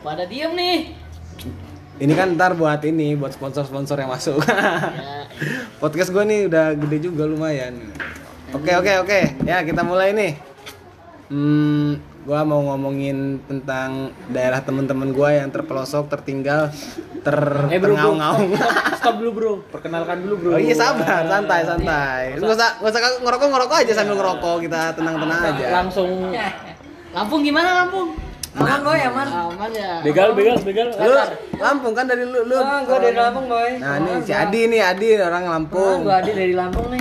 Pada diem nih. Ini kan ntar buat ini, buat sponsor-sponsor yang masuk. Ya, Podcast gue nih udah gede juga lumayan. Oke oke oke, ya kita mulai nih. Hmm, gue mau ngomongin tentang daerah temen-temen gue yang terpelosok, tertinggal, Eh, Eh, tertengau-ngau. Stop dulu bro, perkenalkan dulu bro. Oh iya sabar, santai santai. Gak usah gak usah ngerokok ngerokok aja sambil ngerokok kita tenang-tenang Nah, aja. Langsung Nah, Lampung gimana Lampung? Aman boy, aman. Aman ya. begal, begal, begal. Lu Lampung kan dari lu lu. Ah, gua dari Lampung boy. Nah ini si Adi nih Adi orang Ah, Lampung. gua Adi dari Lampung nih.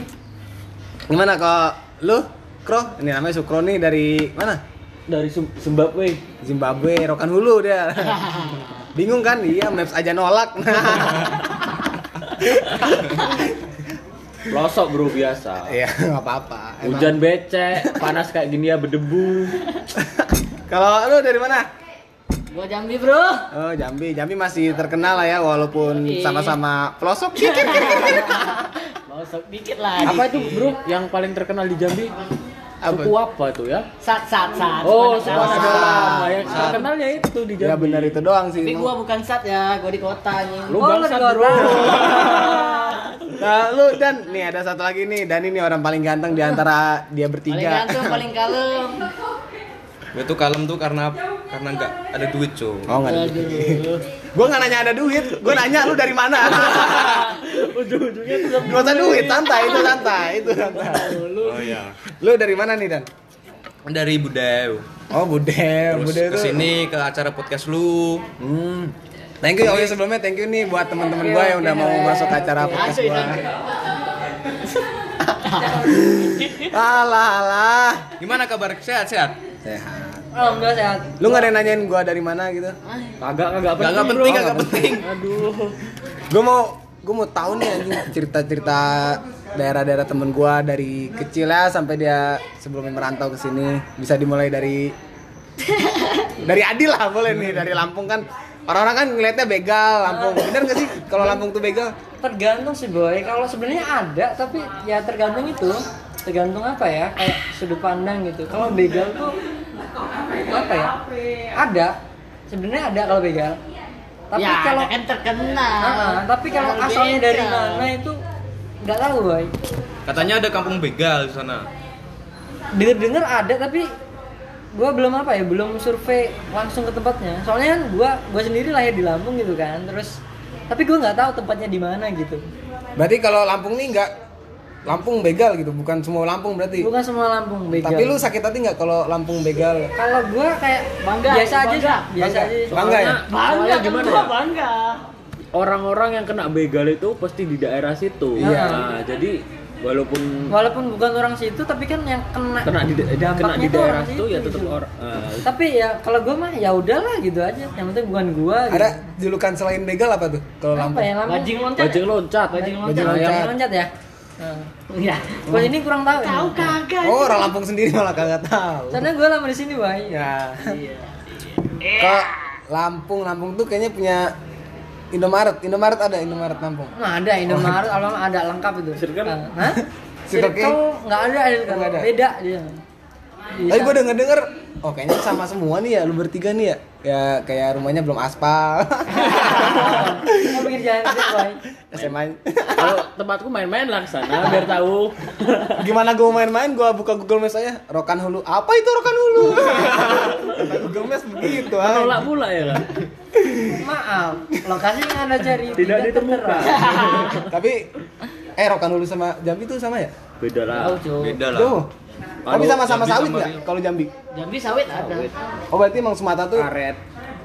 Gimana kok lu? Kro, ini namanya Sukro nih dari mana? Dari Sum- Zimbabwe. Zimbabwe, Rokan Hulu dia. Bingung kan? Iya, maps aja nolak. Pelosok bro biasa. Iya, nggak apa-apa. Emang. Hujan becek, panas kayak gini ya berdebu. Kalau lu dari mana? Gua Jambi, Bro. Oh, Jambi. Jambi masih terkenal lah ya walaupun Yoi. sama-sama pelosok. Masuk dikit lah. Apa itu dikit. bro yang paling terkenal di Jambi? iya. Apa? Suku apa tuh ya? Sat sat sat. Oh, Bukan suku sat. Asalam. Yang terkenalnya itu di Jambi. ya benar itu doang sih. Tapi gua bukan sat ya, gua di kota nih. Lu Oh, lu bangsat di luar bro. Nah, lu dan nih ada satu lagi nih. Dan ini orang paling ganteng di antara dia Paling bertiga. ganteng, paling kalem. Gue tuh kalem tuh karena karena nggak ada duit cuy. Oh, enggak ada. Aduh. Gua nggak nanya ada duit, gua nanya lu dari mana. Ujung-ujungnya tetap Gak usah duit, santai itu santai, itu santai. Oh iya. Lu dari mana nih, Dan? Dari Budew. Oh, Budem, Terus Budem. ke sini ke acara podcast lu. Hmm. Thank you, oh ya sebelumnya thank you nih buat teman-teman gue yang udah mau masuk acara podcast gue. Alah, alah. Gimana kabar? Sehat-sehat? Sehat. Alhamdulillah sehat. Lu nggak ada yang nanyain gue dari mana gitu? Kagak kagak penting. bro. Gak penting, gak penting. Aduh. Gue mau gue mau tahu nih anjing cerita-cerita daerah-daerah temen gue dari kecil ya sampai dia sebelum merantau ke sini bisa dimulai dari dari Adil lah boleh nih dari Lampung kan orang-orang kan ngelihatnya begal Lampung bener gak sih kalau Lampung tuh begal Tergantung sih boy. Kalau sebenarnya ada, tapi ya tergantung itu. Tergantung apa ya? Kayak sudut pandang gitu. Kalau begal tuh apa ya? Ada. Sebenarnya ada kalau begal. Tapi ya, kalau kan terkenal. Ah, ah, tapi kalau Terkenal asalnya dari begal. mana itu nggak tahu boy. Katanya ada kampung begal di sana. Dengar-dengar ada tapi gua belum apa ya belum survei langsung ke tempatnya soalnya kan gua gua sendiri lahir di Lampung gitu kan terus tapi gua nggak tahu tempatnya di mana gitu berarti kalau Lampung nih nggak Lampung begal gitu bukan semua Lampung berarti bukan semua Lampung begal tapi lu sakit hati nggak kalau Lampung begal kalau gua kayak Bangga, biasa aja bangga. sih biasa Bangga. aja sih. Bangga ya? Soalnya- Bangga soalnya kan gimana gua ya? bangga. orang-orang yang kena begal itu pasti di daerah situ. Iya. Nah, jadi walaupun walaupun bukan orang situ tapi kan yang kena kena di kena di dampaknya tuh daerah orang situ ya situ tetap gitu. orang eh, tapi ya kalau gua mah ya udahlah gitu aja yang penting bukan gua gitu. ada julukan selain begal apa tuh kalau apa Lampung ya Lampung Bajing loncat. bajing loncat. Bajing Bajing loncat. loncat. Bajing loncat ya Nah. Ya. Gua ini kurang tahu. Tahu kagak? oh orang Lampung sendiri malah kagak tahu Karena gue lama di sini, Bay. ya Iya. Ke Lampung, Lampung tuh kayaknya punya Indomaret. Indomaret ada Indomaret Lampung. Nggak ada Oh. Indomaret, alam ada lengkap itu. Circle? Nah, Hah? Circle Circle K? nggak ada, Circle. Oh, Nggak ada. beda dia. Iya. Bisa. Tapi gue denger denger, oh kayaknya sama semua nih ya, lu bertiga nih ya. Ya kayak rumahnya belum aspal. Mau pikir jalan aja, Bay. SMA. Kalau tempatku main-main lah ke sana biar tahu. Gimana gue main-main, gue buka Google Maps aja. Rokan Hulu, apa itu Rokan Hulu? Kata Google Maps begitu Tolak ah. pula ya kan. Maaf, lokasi yang anda cari Tidak ditemukan. tertera. Tapi eh Rokan Hulu sama Jambi tuh sama ya? Beda lah. Tahu, cuy. Beda lah. Tuh. Tapi Kalau sama-sama sawit Jambi sama nggak Riau. kalau Jambi? Jambi sawit ada. Oh berarti emang Sumatera tuh Karet.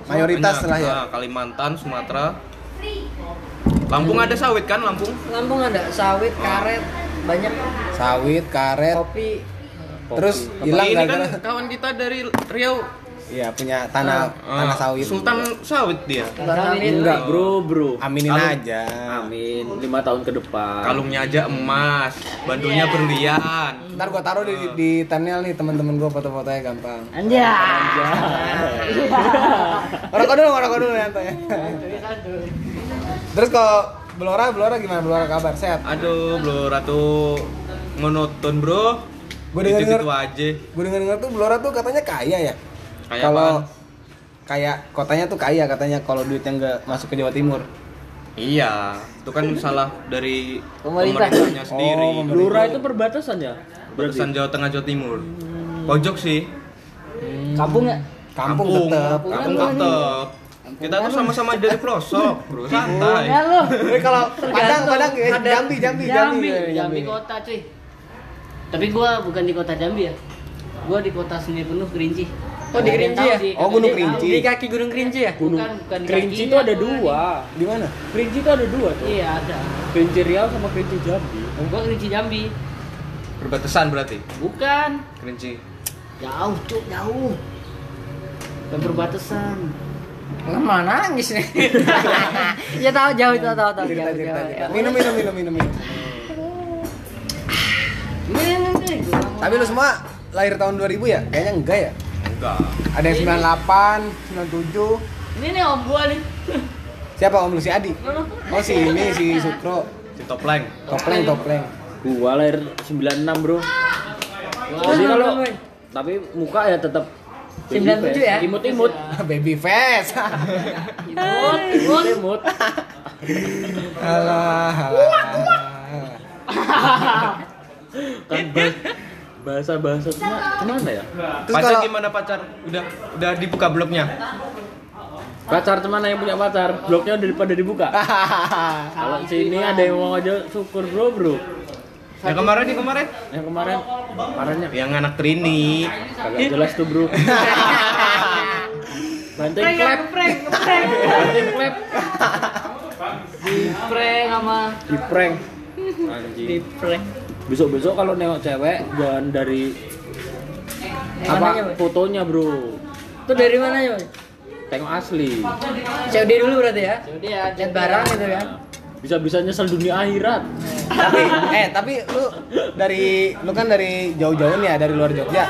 mayoritas Banyak. lah ya. Ah, Kalimantan, Sumatera. Lampung ada sawit kan Lampung? Lampung ada sawit, Ah. karet, banyak Sawit, karet, kopi. terus hilang ini kan gara-gara kawan kita dari Riau Iya punya tanah Ah, tanah sawit. Sultan sawit dia. Sawit. Tanah sawit. Enggak, Bro, Bro. Aminin Kalau- aja. Ah, Amin. 5 tahun ke depan. Ah. Kalungnya aja emas, bandulnya berlian. Ntar gua taruh di di thumbnail nih teman-teman gua foto-fotonya gampang. Anjay. Ngerokok dulu, ngerokok dulu nanti. Terus kalau Belora, Belora gimana? Belora kabar sehat? Aduh, bro, ratu monoton, bro. Gua denger- Gitu-gitu aja. Gue denger dengar tuh Belora tuh katanya kaya ya. Kaya Kalau kayak kotanya tuh kaya katanya kalau duitnya nggak masuk ke Jawa Timur. Iya, itu kan salah dari Pemerintah. pemerintahnya sendiri. Oh, pemerintah. Blora itu perbatasan ya? Batasan Jawa Tengah Jawa Timur. Pojok sih. Kampung ya? Hmm. Kampung, kampung tetap. Kampung tetep. Kita tuh sama-sama dari pelosok, bro. Santai. Ya lo. Tapi kalau Padang, Padang, eh, Jambi, Jambi, Jambi, eh, Jambi kota cuy. Tapi gua bukan di kota Jambi ya. Gua di kota Sungai Penuh Kerinci. Oh, di Kerinci Tahu ya? sih, Oh, tapi Gunung dia tahu. Kerinci. Di kaki Gunung Kerinci ya? Bukan, Gunung. bukan di Kerinci kaki, itu ada apa dua. Di mana? Kerinci itu ada dua tuh. Iya ada. Kerinci Riau sama Kerinci Jambi. Gua Kerinci Jambi. Berbatasan berarti. Bukan. Kerinci. Jauh cuy jauh. Dan berbatasan. Lama nangis nih. ya tahu jauh tahu tahu tahu. Cerita, jauh, cerita, jauh. cerita. Minum, minum, minum, minum. minum. Gimana nih? Gua mau- Tapi lu semua lahir tahun 2000 ya? Kayaknya enggak ya? Enggak. Ada yang 98, 97. Ini nih om gua nih. Siapa Om lu si Adi? Oh si ini si Sukro. Si Toplang. Topleng, topleng. Gua lahir 96, Bro. Jadi kalau tapi muka ya tetap 97 ya? Imut-imut. Baby face. Imut, imut. Imut. Alah, alah. Kan bah- bahasa-bahasa cuma kemana ya? Terus pacar kalau- gimana pacar? Udah udah dibuka blognya? Pacar teman yang punya pacar, blognya udah pada dibuka. Kalau sini ada yang mau aja syukur bro bro. Yang kemarin yang kemarin? Yang kemarin kemarinnya Yang anak Trini. Iya. kagak jelas tuh bro. Banting Iya. Prank, klep, prank, prank. banting klep, Prank sama di prank. di prank. Besok besok kalau nengok cewek jangan dari Mananya, apa Boy? fotonya bro. Itu dari mana ya? Boy? Tengok asli. COD dulu berarti ya. Jadi ya, Lihat barang gitu kan. Nah, Bisa-bisa nyesel dunia akhirat. tapi eh tapi lu dari lu kan dari jauh-jauh nih ya dari luar Jogja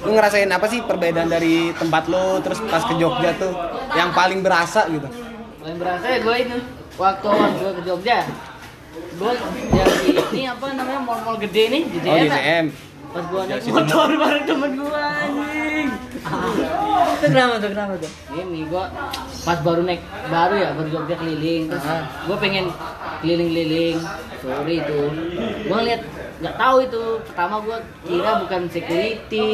lu ngerasain apa sih perbedaan dari tempat lu terus pas ke Jogja tuh yang paling berasa gitu Paling berasa ya gue itu waktu awal gue ke Jogja. Gue dari ini apa namanya mall-mall gede nih di Iya, oh di daerah. CM Pas gue naik motor bareng temen gue anjing. Itu kenapa tuh kenapa tuh? Ini gue pas baru naik baru ya baru Jogja keliling. Terus gue pengen keliling-keliling sore itu. Gue ngeliat nggak tahu itu pertama gue kira bukan security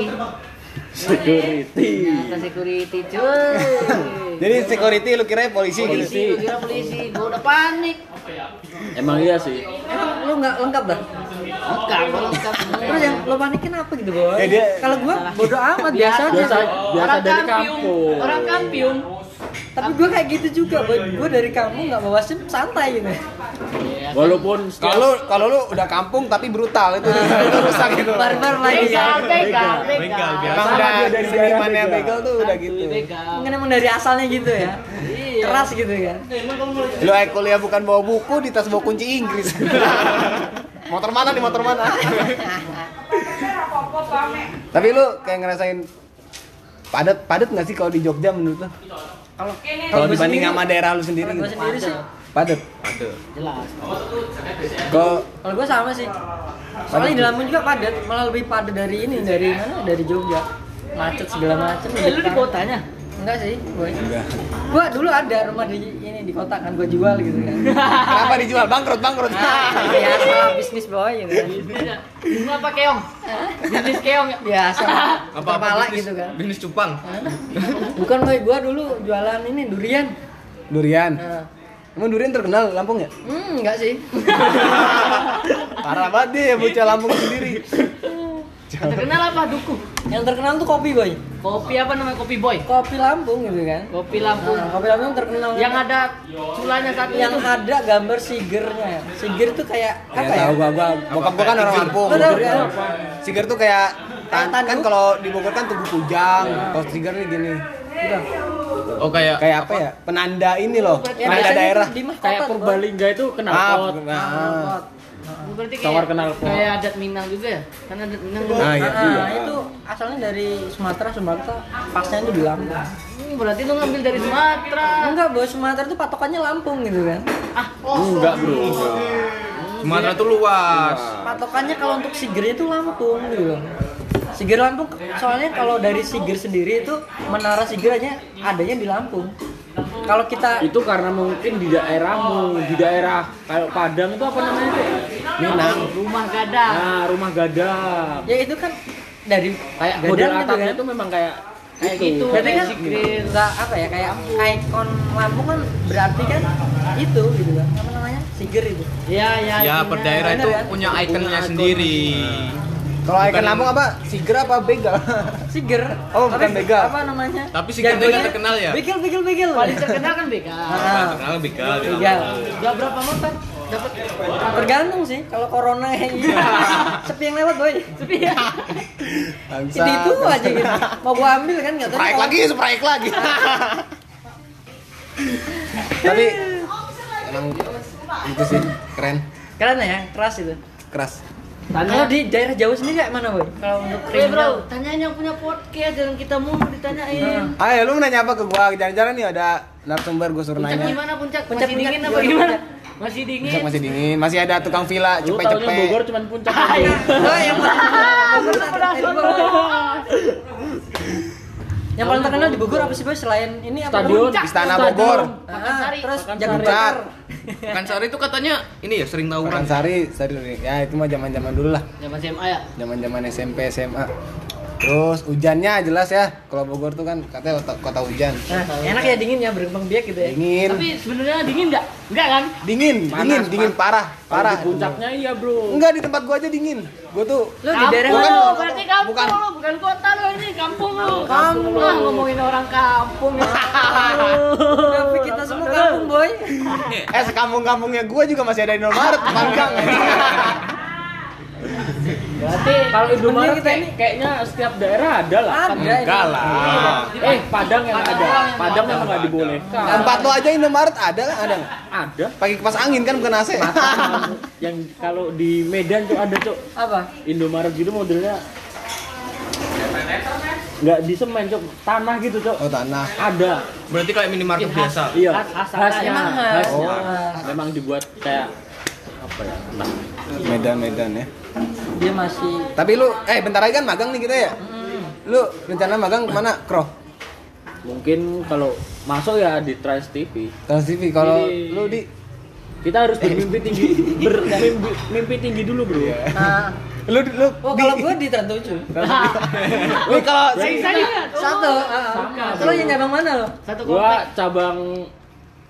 Security. ternyata security cuy jadi security lu kira polisi gitu polisi gue kira polisi gue udah panik Emang iya sih. Emang lu nggak lengkap dah? enggak gue lengkap Terus yang lo panikin apa gitu boy? Eh, dia- Kalau gua bodo amat biasa aja. Biasa biasa orang dari kampiung. kampung. orang kampiung Tapi gua kayak gitu juga boy. Gua dari kamu nggak bawa SIM santai gitu. Walaupun Iya, kan? setiap- kalau kalau lu udah kampung tapi brutal itu Ah. itu rusak gitu Barbar lagi. begal begal Begal, begal biasa. emang Sama udah dia dari daerah Ah. senimannya juga. begal tuh udah gitu begal Mungkin emang dari asalnya gitu ya. Iya. Keras gitu kan. lu eh, kuliah bukan bawa buku di tas bawa kunci Inggris motor mana nih motor mana tapi lu kayak ngerasain padat padat nggak sih kalau di Jogja menurut lu Kalau kalau dibanding sama daerah lu sendiri Kalau gua gitu sendiri sih, padat Ada. jelas kalau kalau gua sama sih. Soalnya di Lampung juga padat, malah lebih padat dari ini, dari mana? Dari Jogja. Macet segala macem. Eh, lu di kotanya Enggak sih, boy. Gua dulu ada rumah di ini di kota kan gua jual gitu kan. kenapa dijual bangkrut bangkrut Ah, biasa lah, bisnis boy gitu kan. lu apa keong bisnis keong ya Biasa. Apa Apa apa pala bisnis, Iya, gitu kan. bisnis cupang. Bukan boy, gua dulu jualan ini durian. durian Nah. emang durian terkenal Lampung ya Hmm, enggak sih. parah banget deh ya bocah Lampung sendiri terkenal apa duku Yang terkenal tuh kopi boy. kopi apa namanya kopi boy Kopi Lampung gitu kan. kopi Lampung Nah, kopi Lampung terkenal yang ada culanya satu yang itu ada gambar sigernya. Siger tuh kayak Ya apa ya? tahu gua gua bokap gua kan orang Lampung. Lu tahu kan? Siger tuh kayak tan- Tanduk. kan kalau di Bogor kan tubuh kujang, kalau Siger nih gini. Udah. Oh kayak Kayak apa ya? Penanda ini loh, Ya, penanda biasanya daerah. Di mahkota kayak tuh, Boy. purbalingga itu kenal Ah, pot. nah. berarti Tawar kayak kenal pot. kayak adat Minang juga ya kan adat Minang juga Nah, iya. Ah, itu asalnya dari Sumatera, Sumatera pasnya itu di Lampung. Hmm, berarti lu ngambil dari Sumatera Enggak, bahwa Sumatera itu patokannya Lampung gitu kan. ah Enggak, Bro. Sumatera tuh luas. Patokannya kalau untuk sigernya itu Lampung gitu. loh. Siger Lampung soalnya kalau dari Siger sendiri itu menara Siger aja adanya di Lampung. Kalau kita itu karena mungkin di daerahmu di daerah kayak Padang itu apa namanya itu Minang. Rumah gadang. nah rumah gadang ya itu kan dari kayak Gadang model gitu atapnya kan. itu memang kayak Kayak gitu. Berarti kan Magic Green. nggak apa ya kayak ikon Lampung kan berarti kan itu gitu kan apa namanya Siger itu. Iya, iya. ya iya. per daerah itu punya ikonnya sendiri Kalau Bukan- ikan Lampung apa? Siger apa begal? Siger. Oh, bukan Tapi begal. Apa namanya? Tapi Siger itu nggak Jagonya terkenal ya? Begal, begal, begal. Paling terkenal kan BK. Ah. Nah, terkenal gitu. begal di Begal. Lampung. Udah berapa motor? Dapat Tergantung sih kalau corona yang sepi yang lewat boy. Sepi ya. Bangsa. Jadi itu aja gitu. Mau gua ambil kan nggak tahu. Spraik lagi, spraik lagi. Tapi emang itu sih keren, Keren ya, keras itu. keras. tanya. Kalau di daerah jauh sendiri kayak mana boy? Kalau untuk Weh bro, kriminal. tanyain yang punya podcast jangan kita mau ditanyain. Ayo lu nanya apa ke gua? Jalan-jalan nih ada narasumber gua suruh Puncak nanya. gimana puncak? Puncak, Masih dingin puncak. apa Iya, gimana? puncak. Masih dingin. Puncak masih dingin, masih ada tukang villa lu tahunya Bogor cepet-cepet. cuman puncak Ayo. Oh, yang paling yang paling terkenal di Bogor apa sih boy selain ini apa stadion Puncak. Istana Stadion. Bogor. Ah, terus Makassari. Jakarta. Kansari itu katanya ini ya sering tawuran. Bukan Sari, Sari. Ya itu mah zaman-zaman dulu lah. Zaman SMA ya. Zaman-zaman SMP, SMA. Terus hujannya jelas ya. Kalau Bogor tuh kan katanya kota, kota hujan. Nah, enak ya dingin ya berkembang biak gitu ya. Tapi Dingin. sebenarnya dingin nggak? Nggak kan? Dingin, dingin, dingin parah, parah parah. di puncaknya iya bro Enggak di tempat gua aja dingin. Gua tuh Lu di daerah Kampung mana? lu, Berarti kampung Bukan. lu, bukan kota lu ini, kampung lu. Kampung lu. Ah, ngomongin orang kampung. ya. Tapi kita semua kampung boy. eh sekampung-kampungnya gua juga masih ada Indomaret, depan gang. Berarti kalau Mending Indomaret kita kayak- ini- kayaknya setiap daerah ada lah Ada. Enggak lah. eh Padang yang Padang ada yang Padang ada. yang nggak dibolehkan Tempat lo aja Indomaret ada kan ada nggak? ada Pakai kipas angin kan bukan AC. yang kalau di Medan tuh ada cok Apa? Indomaret gitu modelnya nggak di semen cok tanah gitu cok Oh tanah. ada Berarti kayak minimarket biasa. iya Khas- khas ada. khasnya Emang khas. khasnya Oh. Iya. memang dibuat kayak apa ya entah. Medan Medan ya. Dia masih Tapi lu eh bentar lagi kan magang nih kita ya. Lu rencana magang kemana? Kro. mungkin kalau masuk ya di Trans TV Trans TV kalau Di- lu di kita harus bermimpi tinggi bermimpi mimpi tinggi dulu bro Nah, lu lu oh kalau gue di Trans 7 lu kalau si Saya juga. Satu. ah, ah. Lo yang cabang mana lo? Satu komplek. gua cabang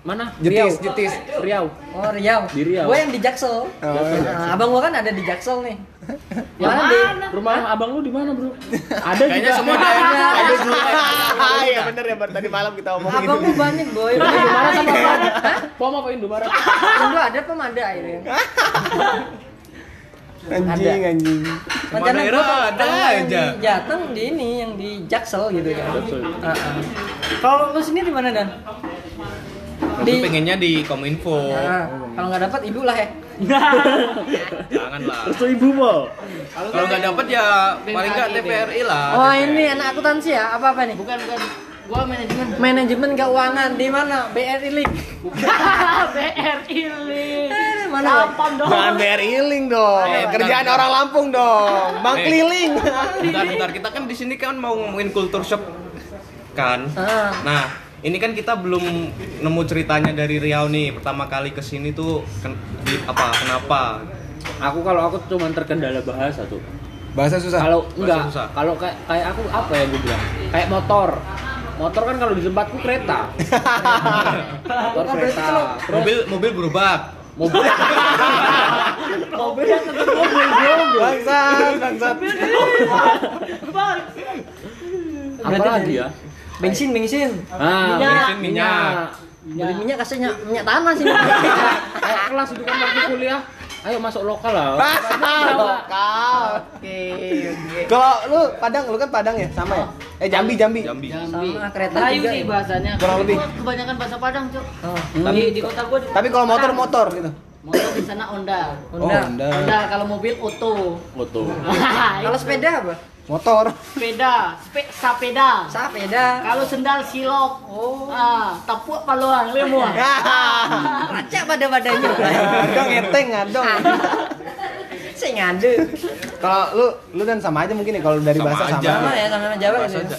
mana Riau jetis jetis. Riau Oh Riau. Di Riau. Gue yang di Oh, Jaksel. Nah, abang gue kan ada di Jaksel nih. Yang Mana mana? di? Ya rumah abang lu di mana bro ada Kayaknya juga. semua Oh, ya. iya. daerah ada semua. iya bener ya baru tadi malam kita omongin Abang gue banyak boy. Di mana sama Barat? Hah? Pom apa Indomaret? Indo ada pemada akhirnya. Anjing anjing. Semua daerah gua ada kalau yang aja. Di Jateng di ini yang di Jaksel gitu kan. Jaksel. Ah, ah. Kalau lu sendiri di mana dan? Aku pengennya di Kominfo. Nah, kalau nggak dapat ibu lah ya. Jangan lah. Restu ibu mau. Kalau nggak dapat ya paling nggak TVRI lah. Oh ini anak akuntansi ya? Apa apa nih? Bukan, bukan. Gua manajemen. Manajemen keuangan di mana? BRI Link. BRI Link. Eh, mana? Sampam dong. Jangan bayar iling dong. Eh, bentar, Kerjaan bentar. orang Lampung dong. Bang Eh. keliling. Bentar, bentar. Kita kan di sini kan mau ngomongin kultur shock kan. Ah. Nah, ini kan kita belum nemu ceritanya dari Riau nih. Pertama kali ke sini tuh ken- di- apa kenapa? Aku kalau aku cuman terkendala bahasa tuh. Bahasa susah. Kalau enggak, susah. kalau kayak kayak aku apa ya gue bilang? Kayak motor. Motor kan kalau di tempatku kereta. motor Kan berarti kereta. kalau- Terus Mobil mobil berubah. mobil. mobil kan tetap mobil bro. Bangsa, bangsa. Apa Berarti lagi dari- ya? Bensin, bensin. Ah, Minyak. bensin, minyak. Beli minyak kasih minyak, minyak tanah sih. Kayak kelas itu kan waktu kuliah. Ayo masuk lokal lah. Lokal. Kalau lu Padang, lu kan Padang ya, sama ya? Eh Jambi, Jambi. Jambi. Jambi. Sama kereta Melayu juga sih ya. bahasanya. Kurang lebih. Gua kebanyakan bahasa Padang, Cuk. Oh, Di, di kota gua di- Tapi kalau motor motor Eh. gitu. Oh, motor di sana Honda. Honda. Oh, Honda kalau mobil Oto. Foto. Kalau sepeda apa? Motor. sepeda, spe, sapeda. Sepeda. Kalau sendal silok. Oh. Ah, tapuk paluang lemu. Ah, Iya. Raca pada badannya. Ah. Ngadong eteng, ngadong. Saya ngadu. Kalau lu lu dan sama aja mungkin ya kalau dari Sama bahasa sama. aja. Sama ya. ya, sama-sama Jawa gitu. aja.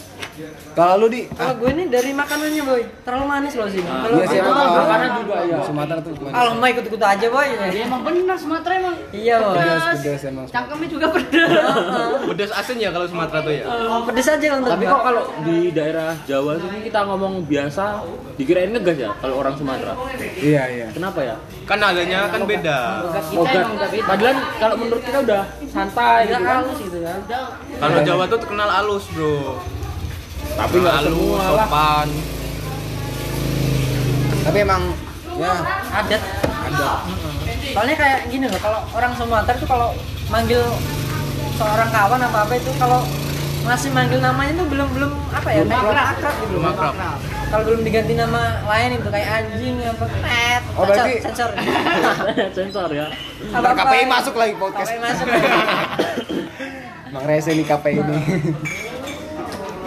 Kalau lu di Kalau gue ini dari makanannya boy, terlalu manis loh sini. Kalau Iya sih emang Kalau kalau makanan juga, di Sumatera tuh gimana? kalau mah ikut-ikut aja boy. Ya emang benar Sumatera emang. Iya boy. Pedas, Pedas. pedas emang. Cangkemnya juga pedas. Pedas asin ya kalau Sumatera tuh ya. Oh, pedes aja kalau untuk Tapi gue. kok kalau di daerah Jawa sini kita ngomong biasa dikirain ngegas ya kalau orang Sumatera. Iya iya. Kenapa ya? Kan nadanya kan beda. Kita Ogat. emang udah beda. Padahal kalau menurut kita udah santai Agak gitu kan. halus gitu kan. Udah Kalau Jawa tuh terkenal alus, Bro. Tapi nggak alus, semua lah. sopan. Tapi emang ya Adat. Soalnya kayak gini loh, kalau orang Sumatera tuh kalau manggil seorang kawan apa apa itu kalau masih manggil namanya tuh belum belum apa ya belum akrab, gitu Belum akrab. kalau belum diganti nama lain itu kayak anjing apa pet Oh, berarti- sensor Sensor ya. Ntar KPI masuk lagi podcast. KPI masuk Emang rese nih KPI ini.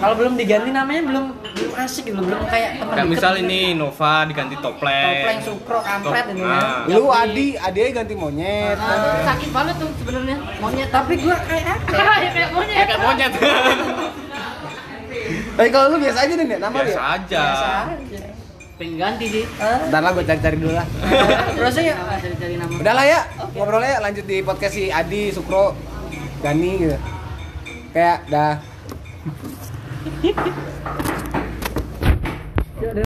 kalau belum diganti namanya belum belum asik gitu belum kayak teman Kayak deket misal gitu. ini Nova diganti topleng. Topleng, sukro, kampret Top- gitu Ah. kan. Lu Adi, Adi aja ganti monyet. Nah, itu sakit banget tuh sebenarnya monyet. Tapi gua kayak apa? ya? ya kayak monyet. Kayak monyet. Tapi kalau lu biasa aja nih, nama lu Biasa ya. aja. Biasa aja. Pengen ganti sih. Hah? Ntar lah gue cari-cari dulu lah. Terusnya ya, Nah, cari-cari nama. Udah lah ya, ngobrolnya lanjut di podcast si Adi, Sukro, Dani gitu. Kayak dah.